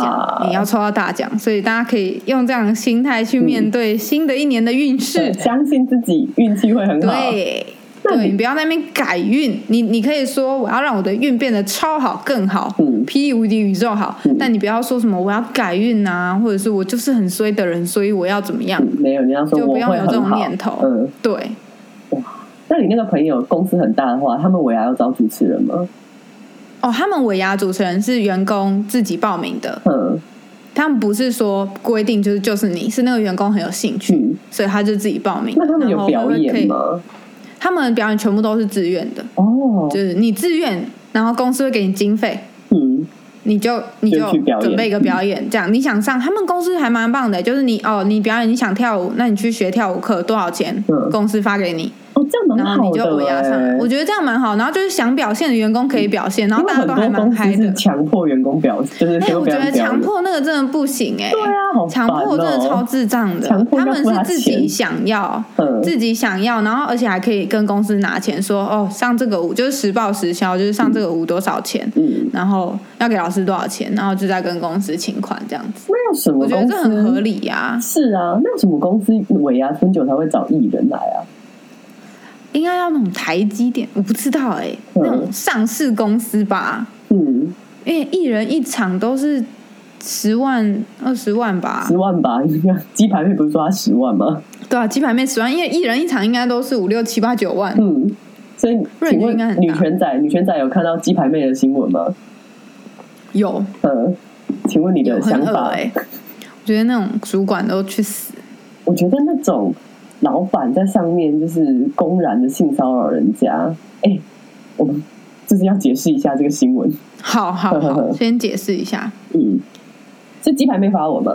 S3: 想你要抽到大奖，所以大家可以用这样的心态去面对新的一年的运势
S2: 嗯对。相信自己，运气会很好。
S3: 对，
S2: 那
S3: 对
S2: 你
S3: 你不要在那边改运，你你可以说我要让我的运变得超好、更好，
S2: 嗯
S3: 霹雳无敌宇宙好，
S2: 嗯
S3: 但你不要说什么我要改运啊，或者是我就是很衰的人，所以我要怎么样？
S2: 嗯没有，你要说我
S3: 就不
S2: 会
S3: 要有
S2: 很
S3: 这种
S2: 好。
S3: 念头
S2: 嗯，
S3: 对，
S2: 那你那个朋友公司很大的话，他们未来要找主持人吗？
S3: 哦，他们尾牙主持人是员工自己报名的，
S2: 嗯
S3: 他们不是说规定就是就是你是那个员工很有兴趣，
S2: 嗯，
S3: 所以他就自己报名。
S2: 那他们
S3: 然
S2: 有
S3: 后
S2: 表
S3: 会可
S2: 演
S3: 以？
S2: 吗？
S3: 他们表演全部都是自愿的，
S2: 哦，
S3: 就是你自愿，然后公司会给你经费，
S2: 嗯
S3: 你就你
S2: 就
S3: 就
S2: 去表演
S3: 准备一个表演，这样你想上，他们公司还蛮棒的，就是你哦，你表演你想跳舞，那你去学跳舞课多少钱？
S2: 嗯
S3: 公司发给你，
S2: 哦，这样蛮
S3: 然后
S2: 好
S3: 你
S2: 的、
S3: 就
S2: 欸。
S3: 尾牙上来。我觉得这样蛮好，然后就是想表现的员工可以表现，然后
S2: 因为很
S3: 大家都还
S2: 多
S3: 蛮
S2: 公
S3: 嗨
S2: 司
S3: 的
S2: 是。强迫员工表，就是
S3: 哎、
S2: 员工
S3: 我
S2: 表
S3: 觉
S2: 演
S3: 得
S2: 表
S3: 强
S2: 演。
S3: 迫那个真的不行哎、
S2: 对啊，好
S3: 强迫真
S2: 烦
S3: 的
S2: 哦
S3: 超智障的
S2: 强，迫
S3: 他
S2: 要
S3: 们
S2: 付他
S3: 是自
S2: 钱
S3: 己想要，
S2: 嗯
S3: 自己想要，然后而且还可以跟公司拿钱说，哦，上这个舞就是实报实销，就是上这个舞多少钱，
S2: 嗯，
S3: 然后要给老师多少钱，然后就再跟公司请款这样子，
S2: 那有什么
S3: 我觉得
S2: 公司
S3: 这很合理呀、
S2: 是啊，那有什么公司尾牙春酒才会找艺人来啊？
S3: 应该要那种台积电，我不知道哎、
S2: 嗯
S3: 那种上市公司吧，
S2: 嗯，
S3: 因为一人一场都是十万、二十万吧，
S2: 十万吧， *laughs* 鸡排妹不是说他十万吗？
S3: 对啊，鸡排妹十万，因为一人一场应该都是五六七八九万，
S2: 嗯，所以
S3: 不然
S2: 请
S3: 就应该
S2: 问
S3: 很大
S2: 女权仔，女权仔有看到鸡排妹的新闻吗？
S3: 有
S2: 嗯，请问你
S3: 有
S2: 的
S3: 很
S2: 想
S3: 恶
S2: 法？
S3: 哎、我觉得那种主管都去死，
S2: 我觉得那种老板在上面就是公然的性骚扰人家，哎、我们就是要解释一下这个新闻。*laughs*
S3: 好好好，先解释一下，
S2: 嗯，是鸡排妹发文吗？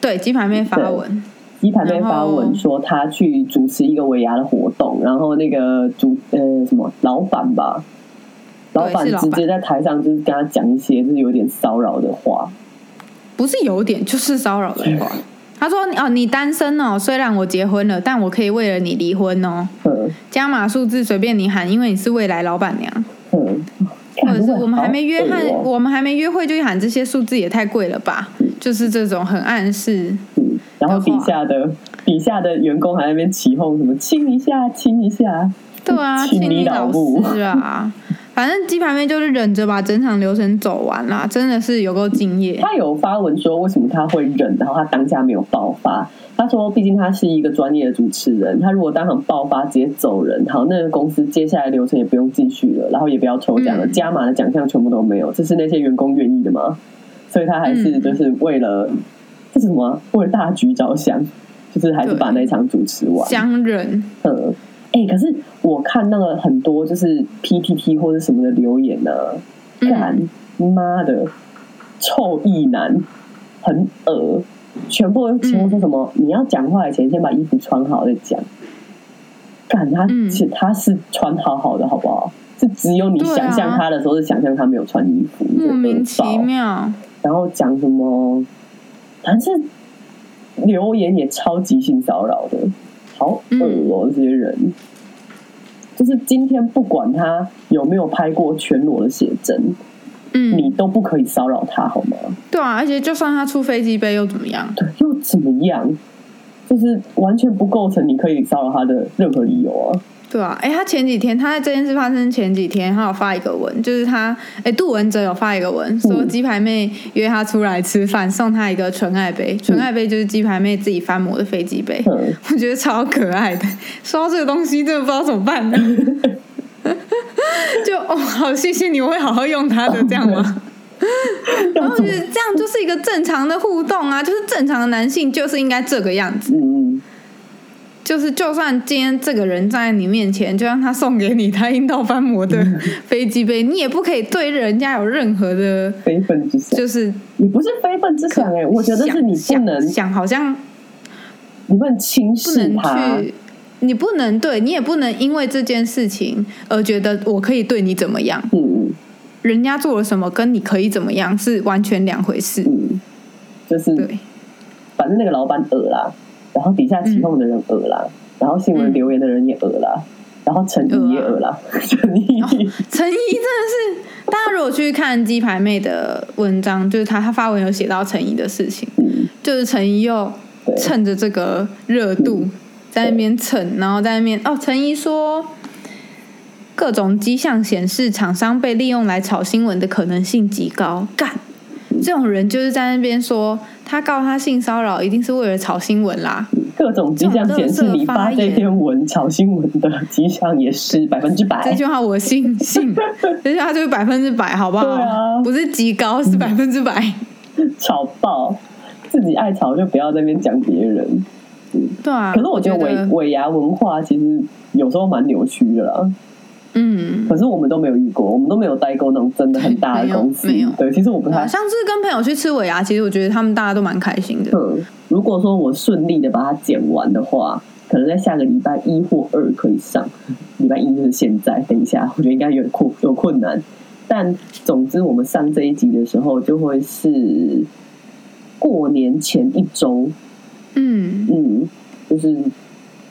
S3: 对，鸡排妹发文，
S2: 鸡排妹发文说她去主持一个尾牙的活动，然后那个主呃什么老板吧，
S3: 对
S2: 老板
S3: 是老
S2: 直
S3: 板
S2: 接在台上就是跟他讲一些就是有点骚扰的话，
S3: 不是有点就是骚扰的话。他说：“哦，你单身哦，虽然我结婚了，但我可以为了你离婚哦。
S2: 嗯
S3: 加码数字随便你喊，因为你是未来老板娘，
S2: 嗯，
S3: 或者是我们还没约
S2: 看
S3: 翰，
S2: 如果好恶哦
S3: 我们还没约会就喊这些数字也太贵了吧？就是这种很暗示，
S2: 嗯，然后底下的底下的员工还在那边起哄什么亲一下亲一下，
S3: 对
S2: *laughs*
S3: 啊，
S2: 亲
S3: 庆
S2: 你
S3: 你
S2: 老
S3: 老
S2: 母
S3: 师啊，反正鸡排妹就是忍着把整场流程走完啦，真的是有够敬
S2: *laughs*
S3: 业。
S2: 他有发文说为什么他会忍，然后他当下没有爆发。他说，毕竟他是一个专业的主持人，他如果当场爆发直接走人，好，那个公司接下来流程也不用继续了，然后也不要抽奖了，
S3: 嗯
S2: 加码的奖项全部都没有，这是那些员工愿意的吗？所以他还是
S3: 嗯
S2: 就是为了、这是什么啊？为了大局着想，就是还是
S3: 对
S2: 把那一场主持完。
S3: 相忍，
S2: 嗯，哎、可是我看那个很多就是 PTT 或者什么的留言啊呢、
S3: 嗯，
S2: 干妈的臭意男，很恶，全部都全部说什么、你要讲话以前先把衣服穿好再讲。干他，
S3: 嗯
S2: 其实他是穿好好的，好不好？是只有你
S3: 对啊
S2: 想象他的时候，是想象他没有穿衣服，
S3: 莫名
S2: 就
S3: 其
S2: 恶爆。
S3: 妙。
S2: 然后讲什么，反正留言也超级性骚扰的，好恶哦、
S3: 嗯
S2: 这些人。就是今天不管他有没有拍过全裸的写真，你
S3: 嗯，
S2: 都不可以骚扰他，好吗？
S3: 对啊，而且就算他出飞机杯又怎么样？
S2: 对，又怎么样？就是完全不构成你可以骚扰他的任何理由啊！
S3: 对啊，哎，他前几天他在这件事发生前几天，他有发一个文，就是他哎杜文泽有发一个文，说鸡排妹约他出来吃饭，送他一个纯爱杯，纯爱杯就是鸡排妹自己翻模的飞机杯，
S2: 嗯
S3: 我觉得超可爱的。说到这个东西，真的不知道怎么办呢。就哦，好，谢谢你，我会好好用它的，这样吗？然后我觉得 *laughs* 这样就是一个正常的互动啊，就是正常的男性就是应该这个样子，
S2: 嗯，
S3: 就是就算今天这个人站在你面前，就让他送给你他阴道翻模的
S2: 嗯
S3: 飞机杯，你也不可以对人家有任何的，
S2: 非分之想，
S3: 就是
S2: 也不是非分之想哎、我觉得是你不
S3: 想
S2: 能，
S3: 想好像
S2: 你不能轻
S3: 不
S2: 视
S3: 能
S2: 他，
S3: 去，你不能对你也不能因为这件事情而觉得我可以对你怎么样，
S2: 嗯
S3: 人家做了什么跟你可以怎么样是完全两回事。
S2: 嗯，就是
S3: 对，
S2: 反正那个老板恶啦，然后底下起哄的人恶啦，
S3: 嗯
S2: 然后新闻留言的人也恶啦，然后陈怡也恶啦，
S3: 啊
S2: 陈怡、
S3: 哦陈怡真的是，大家如果去看鸡排妹的文章，就是她她发文有写到陈怡的事情，
S2: 嗯，
S3: 就是陈怡又
S2: 对
S3: 趁着这个热度在那边蹭，然后在那边哦，陈怡说。各种迹象显示，厂商被利用来炒新闻的可能性极高。干，这种人就是在那边说，他告他性骚扰，一定是为了炒新闻啦。
S2: 各种迹象显示你发这篇文炒新闻的迹象也是百分之
S3: 这
S2: 百，
S3: 句话我信
S2: *laughs*
S3: 信，这句话就是百分之百，好不好？
S2: 对啊
S3: 不是极高，是百分之百。
S2: 炒爆。自己爱炒就不要在那边讲别人。
S3: 对啊，
S2: 可是我觉
S3: 觉
S2: 得尾尾牙文化其实有时候蛮扭曲的啦。
S3: 嗯，
S2: 可是我们都没有遇过，我们都没有待过那种真的很大的公司
S3: 没有没有。
S2: 对，其实我不
S3: 对啊
S2: 太
S3: 上次跟朋友去吃尾牙，其实我觉得他们大家都蛮开心的。
S2: 嗯，如果说我顺利的把它剪完的话，可能在下个礼拜一或二可以上。礼拜一就是现在，等一下，我觉得应该有困有困难。但总之，我们上这一集的时候，就会是过年前一周，
S3: 嗯，
S2: 嗯，就是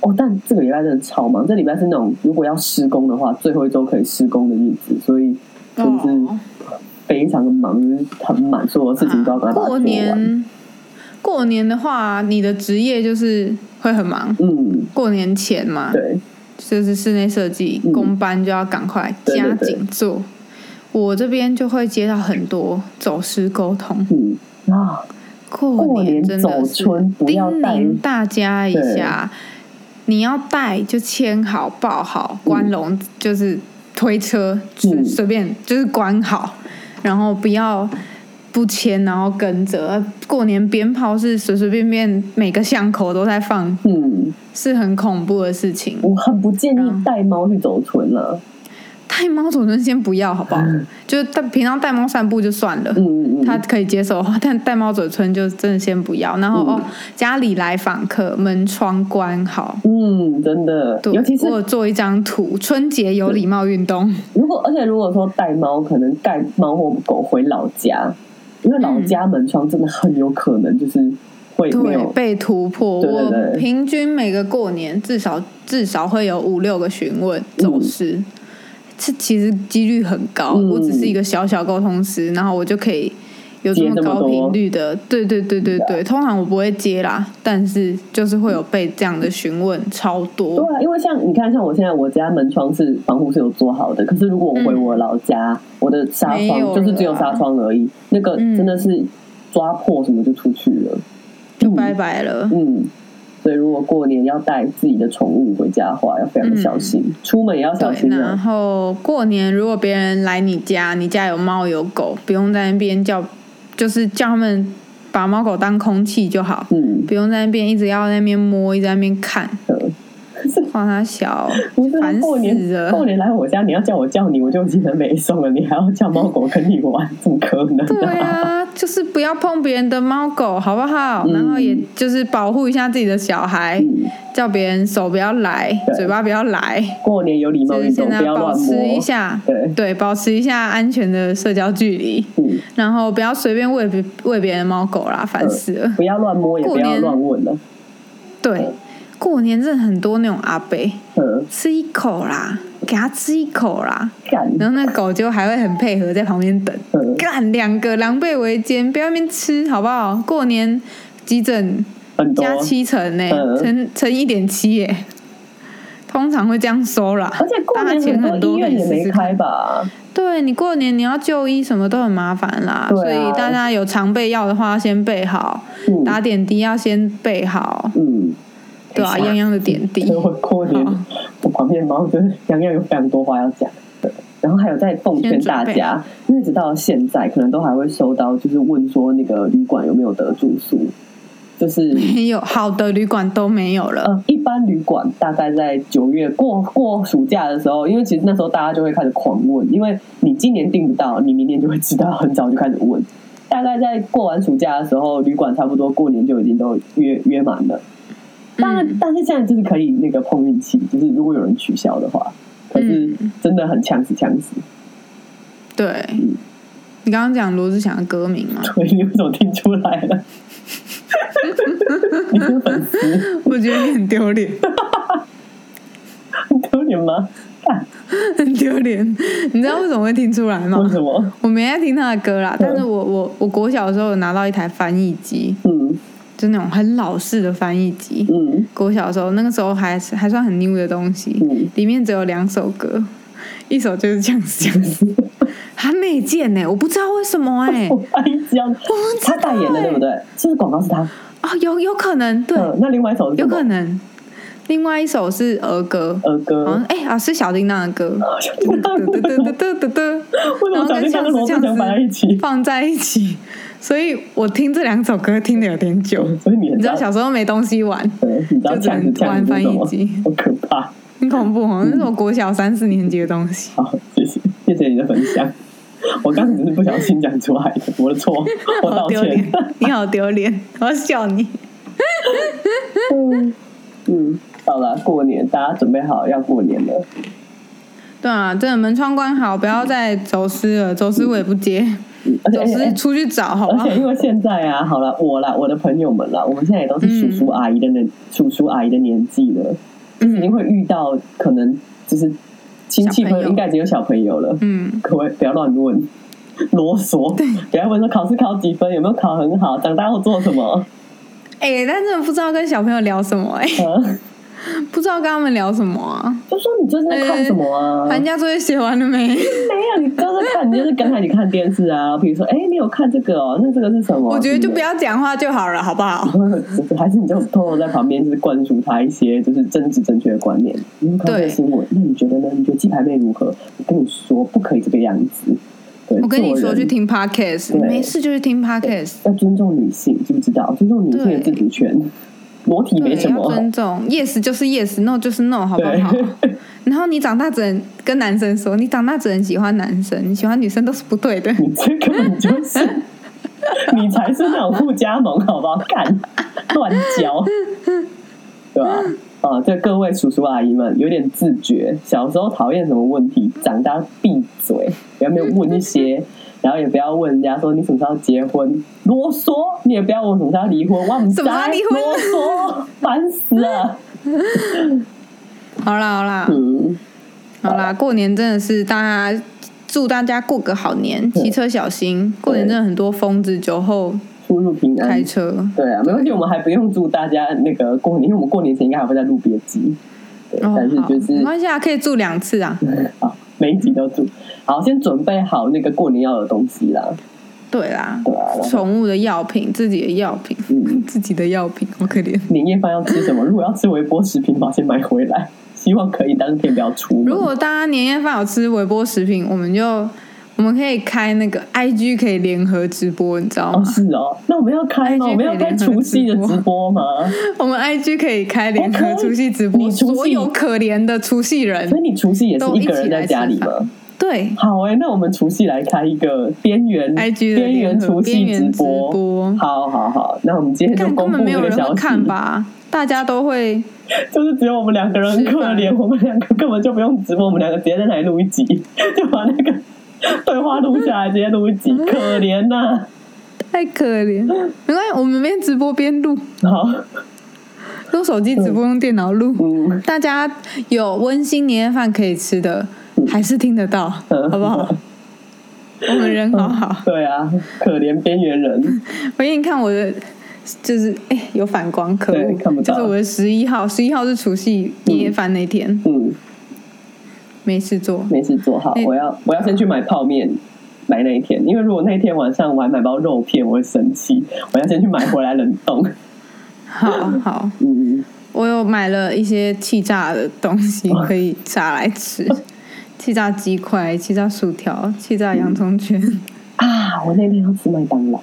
S2: 哦，但这个礼拜真的超忙，这礼拜是那种如果要施工的话，最后一周可以施工的日子，所以就是
S3: 哦，
S2: 非常的忙，就是很满，所有事情都要赶快把它
S3: 过
S2: 做完。
S3: 年啊过年的话，你的职业就是会很忙。
S2: 嗯，
S3: 过年前嘛，
S2: 对，
S3: 就是室内设计
S2: 嗯
S3: 工班就要赶快
S2: 对对
S3: 加
S2: 嗯对
S3: 紧做。我这边就会接到很多走失沟通。
S2: 嗯啊。
S3: 过年真的是
S2: 过年走春不要
S3: 叮
S2: 带
S3: 咛大家一下，你要带就签好、报好、关笼，就是推车，就是
S2: 嗯
S3: 随便就是关好，然后不要不签，然后跟着。过年鞭炮是随随便便每个巷口都在放，
S2: 嗯，
S3: 是很恐怖的事情。
S2: 我很不建
S3: 嗯
S2: 议带猫去走村了。
S3: 带猫总是先不要好不好？就是带平常带猫散步就算了。
S2: 嗯嗯嗯
S3: 他
S2: 嗯，
S3: 可以接受的话，但带猫嘴村就真的先不要。然后、
S2: 嗯
S3: 哦，家里来访客，门窗关好。
S2: 嗯，真的，
S3: 对，
S2: 尤其是
S3: 我有做一张图，春节有礼貌运动。
S2: 如果而且如果说带猫，可能带猫或狗回老家，因为老家门窗真的很有可能就是会没
S3: 嗯对
S2: 有，
S3: 被突破。
S2: 对对
S3: 我
S2: 对
S3: 平均每个过年至少至少会有五六个询问走失，这、其实几率很高。
S2: 嗯
S3: 我只是一个小小沟通师，然后我就可以有这么
S2: 接这么
S3: 高
S2: 多啊
S3: 频率的。对对对对对，通常我不会接啦，但是就是会有被这样的询问超多。
S2: 对啊，因为像你看，像我现在我家门窗是防护是有做好的，可是如果我回
S3: 嗯
S2: 我老家，我的纱
S3: 没有
S2: 窗就是只有
S3: 了啊
S2: 纱窗而已，那个
S3: 嗯
S2: 真的是抓破什么就出去了，
S3: 就拜拜了。
S2: 嗯，所以如果过年要带自己的宠物回家的话，要非常的
S3: 嗯
S2: 小心，出门也要小
S3: 对，
S2: 心
S3: 然
S2: 啊。
S3: 后过年如果别人来你家，你家有猫有狗，不用在那边叫，就是叫他们把猫狗当空气就好，
S2: 嗯，
S3: 不用在那边一直要在那边摸，一直在那边看，
S2: 呃
S3: 夸他小
S2: 不是，
S3: 烦
S2: 过
S3: 死
S2: 年啊过
S3: 了。
S2: 年来我家，你要叫我叫你，我就记得没送了，你还要叫猫狗跟你玩，怎么可能、
S3: 对
S2: 啊？
S3: 啊，就是不要碰别人的猫狗，好不好？
S2: 嗯
S3: 然后也就是保护一下自己的小孩，
S2: 嗯，
S3: 叫别人手不要来，
S2: 对
S3: 嘴巴不要来，
S2: 过年有礼貌
S3: 就
S2: 运
S3: 是
S2: 动，
S3: 现
S2: 不
S3: 在
S2: 要
S3: 保
S2: 乱
S3: 持一
S2: 摸。
S3: 下，
S2: 对，
S3: 对，保持一下安全的社交距离。
S2: 嗯，
S3: 然后不要随便喂别喂别人猫狗啦，烦死了。
S2: 不要乱摸，也
S3: 过
S2: 不要
S3: 年
S2: 乱问了。
S3: 对，过年真的很多那种阿伯，
S2: 嗯，
S3: 吃一口啦，给他吃一口啦，
S2: 干，
S3: 然后那狗就还会很配合在旁边等，
S2: 嗯，
S3: 干两个狼狈为奸，不要在那边吃好不好？过年急诊
S2: 很多
S3: 加七成呢、
S2: 嗯
S3: 乘乘一点七耶，通常会这样收啦。
S2: 而且过
S3: 但它
S2: 年
S3: 钱
S2: 很
S3: 很
S2: 多医
S3: 可
S2: 院
S3: 以
S2: 也
S3: 试
S2: 没
S3: 试
S2: 开
S3: 看。
S2: 吧？
S3: 对你过年你要就医什么都很麻烦啦，
S2: 对啊
S3: 所以大家有常备药的话要先备好，
S2: 嗯
S3: 打点滴要先备好，
S2: 嗯，
S3: 对啊，
S2: 没错
S3: 样样的点滴
S2: 所以。 *laughs* 我过年
S3: 好，
S2: 我旁边的猫就是洋洋有非常多话要讲。对，然后还有在奉劝大
S3: 先准备
S2: 家，因为直到现在，可能都还会收到，就是问说那个旅馆有没有得住宿，就是
S3: 没有好的旅馆都没有了，
S2: 呃，一般旅馆大概在九月过过暑假的时候，因为其实那时候大家就会开始狂问，因为你今年订不到，你明年就会知道，很早就开始问。大概在过完暑假的时候，旅馆差不多过年就已经都约约满了。当然，
S3: 嗯
S2: 但是现在就是可以那个碰运气，就是如果有人取消的话，可是真的很呛死呛死。
S3: 对。你刚刚讲罗志祥的歌名吗？
S2: 对，你为什么听出来了？ *laughs* 你是粉丝，
S3: 我觉得你很丢
S2: *laughs*
S3: 脸，
S2: 很丢脸吗？干
S3: 很丢脸。你知道为什么会听出来吗？
S2: 为什么？
S3: 我没在听他的歌啦，但是我我我国小的时候有拿到一台翻译机，
S2: 嗯
S3: 就那种很老式的翻译机。
S2: 嗯
S3: 国小的时候，那个时候还是还算很 new 的东西，
S2: 嗯
S3: 里面只有两首歌，一首就是这样子这样子，还没见呢、我不知道为什么
S2: *laughs*
S3: 哎、
S2: 嗯我翻译这样，
S3: 知道
S2: 他代言的对不对？是不是广告是他？
S3: 啊、有有可能对，
S2: 嗯，那另外一首是什
S3: 有
S2: 么
S3: 可能。另外一首是儿歌，
S2: 儿
S3: 好像
S2: 呃 *laughs* 歌。
S3: 哎啊是小叮当的歌，
S2: 小叮当
S3: 噔噔噔噔噔噔，
S2: 嗯 *laughs* 为什么小叮当跟罗志祥摆在一起？
S3: 放在一起，所以我听这两首歌听的有点久。
S2: 所以你很
S3: 你知道小时候没东西玩，
S2: 对，你知道
S3: 就
S2: 这样子
S3: 只
S2: 这样
S3: 能玩
S2: 子是
S3: 翻
S2: 什
S3: 译
S2: 么？
S3: 机
S2: 好可怕！
S3: 很恐怖哦，那是我国小三四年级的东西。
S2: 好，谢谢谢谢你的分享。 *laughs* 我刚才只是不小心讲出来的，我的错，
S3: *laughs*
S2: 我
S3: 好
S2: 道
S3: 丢脸
S2: 歉。，
S3: 你好丢脸， *laughs* 我要笑你。
S2: *laughs* 嗯，好了，过年大家准备好要过年了。
S3: 对啊，真的门窗关好，不要再走失了，走失我也不 *laughs* 接，
S2: 嗯而且
S3: 走
S2: 而且
S3: 失出去找好不
S2: 而
S3: *laughs* 好
S2: 且？因为现在啊，好了，我啦，我的朋友们啦，我们现在也都是叔叔阿姨的那、叔叔阿姨的年纪了，就是你
S3: 嗯
S2: 会遇到可能就是亲戚
S3: 小朋
S2: 朋友，
S3: 友
S2: 应该已经有小朋友了，
S3: 嗯，
S2: 可不可以不要乱问？ *laughs* 啰嗦，
S3: 对
S2: 不要问说考试考几分，有没有考很好，长大后做什么？
S3: 哎，但真的不知道跟小朋友聊什么，哎， *laughs*
S2: 嗯，
S3: 不知道跟他们聊什么啊。
S2: 就说你最近在看什么啊？
S3: 寒假作业写完了 *laughs* 没？
S2: 没有，你刚在看，你就是刚才你看电视啊，比如说，哎、你有看这个哦，那这个是什么？嗯
S3: 我觉得就不要讲话就好了，好不 *laughs* 好？
S2: *laughs* 还是你就偷偷在旁边就是灌输他一些就是政治正确的观念。嗯你有看这个
S3: 对
S2: 新闻，那你觉得呢？你觉得鸡排妹如何？我跟你说，不可以这个样子。对，
S3: 我跟你
S2: 做
S3: 说，
S2: 人
S3: 去听 podcast，
S2: 对
S3: 没事就去听 podcast。
S2: 要尊重女性，知不知道？尊重女性的自
S3: 对
S2: 主权，裸体
S3: 对，
S2: 没什
S3: 要
S2: 么。
S3: 尊重，yes 就是 yes，no 就是 no，好不
S2: 对
S3: 好？ *laughs* 然后你长大只能跟男生说，你长大只能喜欢男生，你喜欢女生都是不对的。
S2: 你这根本就是，你才是那种互加盟，好不好？干乱交，对吧、啊？这各位叔叔阿姨们有点自觉，小时候讨厌什么问题，长大闭嘴，不要没有问一些，然后也不要问人家说你什么时候结婚，啰嗦，你也不要问我什么时候离婚，哇，
S3: 什么时候离婚
S2: 啰嗦，烦死
S3: *laughs*
S2: 了。
S3: 好啦好啦
S2: 嗯，
S3: 好啦，过年真的是大家祝大家过个好年，
S2: 对
S3: 骑车小心。过年
S2: 对
S3: 真的很多疯子酒后
S2: 出入平安
S3: 开。车，
S2: 对啊，没问题，我们还不用祝大家那个过年，因为我们过年前应该还会再录别集。对，
S3: 哦
S2: 但是
S3: 好，
S2: 就是
S3: 没关系啊，可以住两次啊。
S2: 好，每一集都住。好，先准备好那个过年要的东西啦。
S3: 对啦
S2: 对啊然，后
S3: 宠物的药品，自己的药品，
S2: 嗯
S3: *laughs* 自己的药品，好可怜。
S2: 年夜饭要吃什么？如果要吃微波食品的话，先买回来。 *laughs* 希望可以当天不要出门。
S3: 如果大家年夜饭有吃微波食品，我们就我们可以开那个 IG 可以联合直播，你知道
S2: 哦
S3: 吗？
S2: 是哦，那我们要开吗？
S3: IG
S2: 我们要开除夕的直播吗？
S3: *laughs* 我们 IG 可以开联
S2: 哦可
S3: 合
S2: 以
S3: 除夕直播，
S2: 你除夕
S3: 所有可怜的除夕
S2: 所
S3: 人，
S2: 以你除夕也是一个人在家里
S3: 都一起来吃
S2: 吗？
S3: 对
S2: 好哎、那我们除夕来开一个边缘
S3: IG 的
S2: 边缘
S3: 联合
S2: 除
S3: 边
S2: 夕
S3: 缘直
S2: 播。
S3: 播，
S2: 好好好，那我们今天就
S3: 看
S2: 公
S3: 根
S2: 布
S3: 本没
S2: 这
S3: 有
S2: 个
S3: 人
S2: 消
S3: 会
S2: 息。
S3: 看吧？大家都会
S2: 就是只有我们两个人很可
S3: 吃
S2: 怜，我们两个根本就不用直播，我们两个直接在那里录一集， *laughs* 就把那个对话录下来，直接录一
S3: 嗯
S2: 集，可怜呐、
S3: 太可怜，没关系，我们边直播边录，
S2: 好，
S3: 用手机直播，用电脑录。
S2: 嗯，
S3: 大家有温馨年夜饭可以吃的，还是听得到，
S2: 嗯
S3: 好
S2: *laughs*
S3: 不好？我们人好好，
S2: 对啊，可怜边缘人，
S3: 我给你看我的就是哎、有反光，可
S2: 对
S3: 恶
S2: 看不，
S3: 就
S2: 到
S3: 是我的十一号，十一号是除夕夜饭那天，
S2: 嗯，
S3: 没事做。
S2: 没事做好
S3: 哎，
S2: 我要我要先去买泡面。买那一天，因为如果那一天晚上我还买不到肉片，我会生气。我要先去买回来冷冻。 *laughs*
S3: 好好，
S2: 嗯，
S3: 我有买了一些气炸的东西，可以炸来
S2: *laughs*
S3: 吃，气炸鸡块、气炸薯条、气炸洋葱圈，
S2: 啊，我那天要吃麦当劳，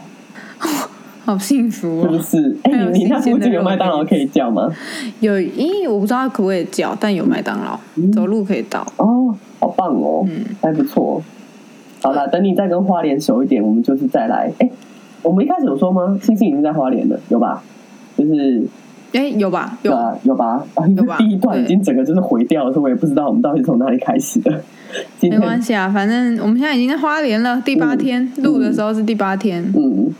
S3: 好幸福
S2: 是不
S3: 哦！
S2: 是？哎、
S3: 还有
S2: 你你那
S3: 新鲜
S2: 附
S3: 的
S2: 近有
S3: 肉
S2: 麦当劳
S3: 片
S2: 可以叫吗？
S3: 有，咦，我不知道可不可以叫，但有麦当劳，
S2: 嗯
S3: 走路可以到。
S2: 哦，好棒哦，
S3: 嗯
S2: 还不错。好了，等你再跟花莲熟一点，我们就是再来。哎、我们一开始有说吗？星星已经在花莲了，有吧？就是
S3: 哎，有吧？有，
S2: 啊有吧？啊，
S3: 有
S2: *laughs*
S3: 吧
S2: 第一段已
S3: 对
S2: 经整个就是毁掉了，所以我也不知道我们到底是从哪里开始的。今
S3: 没
S2: 天，
S3: 关系啊，反正我们现在已经在花莲了，第八天录的时候是第八天。
S2: 嗯，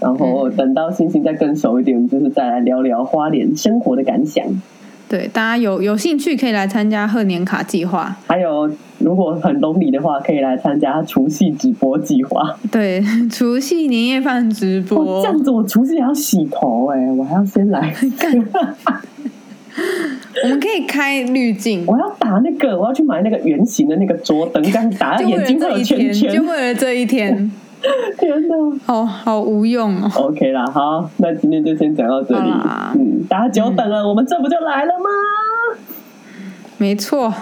S2: 然后
S3: 嗯
S2: 等到星星再更熟一点，我们就是再来聊聊花莲生活的感想。
S3: 对，大家有有兴趣可以来参加贺年卡计划。
S2: 还有，如果很懂你的话，可以来参加除夕直播计划。
S3: 对， *laughs* 除夕年夜饭直
S2: 哦，
S3: 播
S2: 这，样子我除夕还要洗头哎、我还要先
S3: *laughs*
S2: 来，
S3: 我们可以开滤镜。
S2: 我要打那个，我要去买那个圆形的那个桌灯，这样打
S3: 就为
S2: 眼
S3: 了
S2: 睛会
S3: 这
S2: 有
S3: 一
S2: 圈
S3: 天，
S2: 圈
S3: 就。为了这一天，
S2: 天哪
S3: 好哦好无用哦。
S2: ！OK 啦，好，那今天就先讲到这里
S3: 好啦。
S2: 嗯，大家久等了，我们这不就来了吗？
S3: 没错，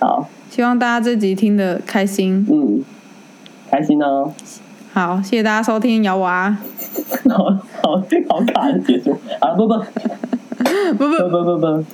S2: 好，
S3: 希望大家这集听得开心。
S2: 嗯，开心哦。
S3: 好，谢谢大家收听姚娃，
S2: 好好好卡的结束。啊，不不
S3: 不不
S2: 不不不，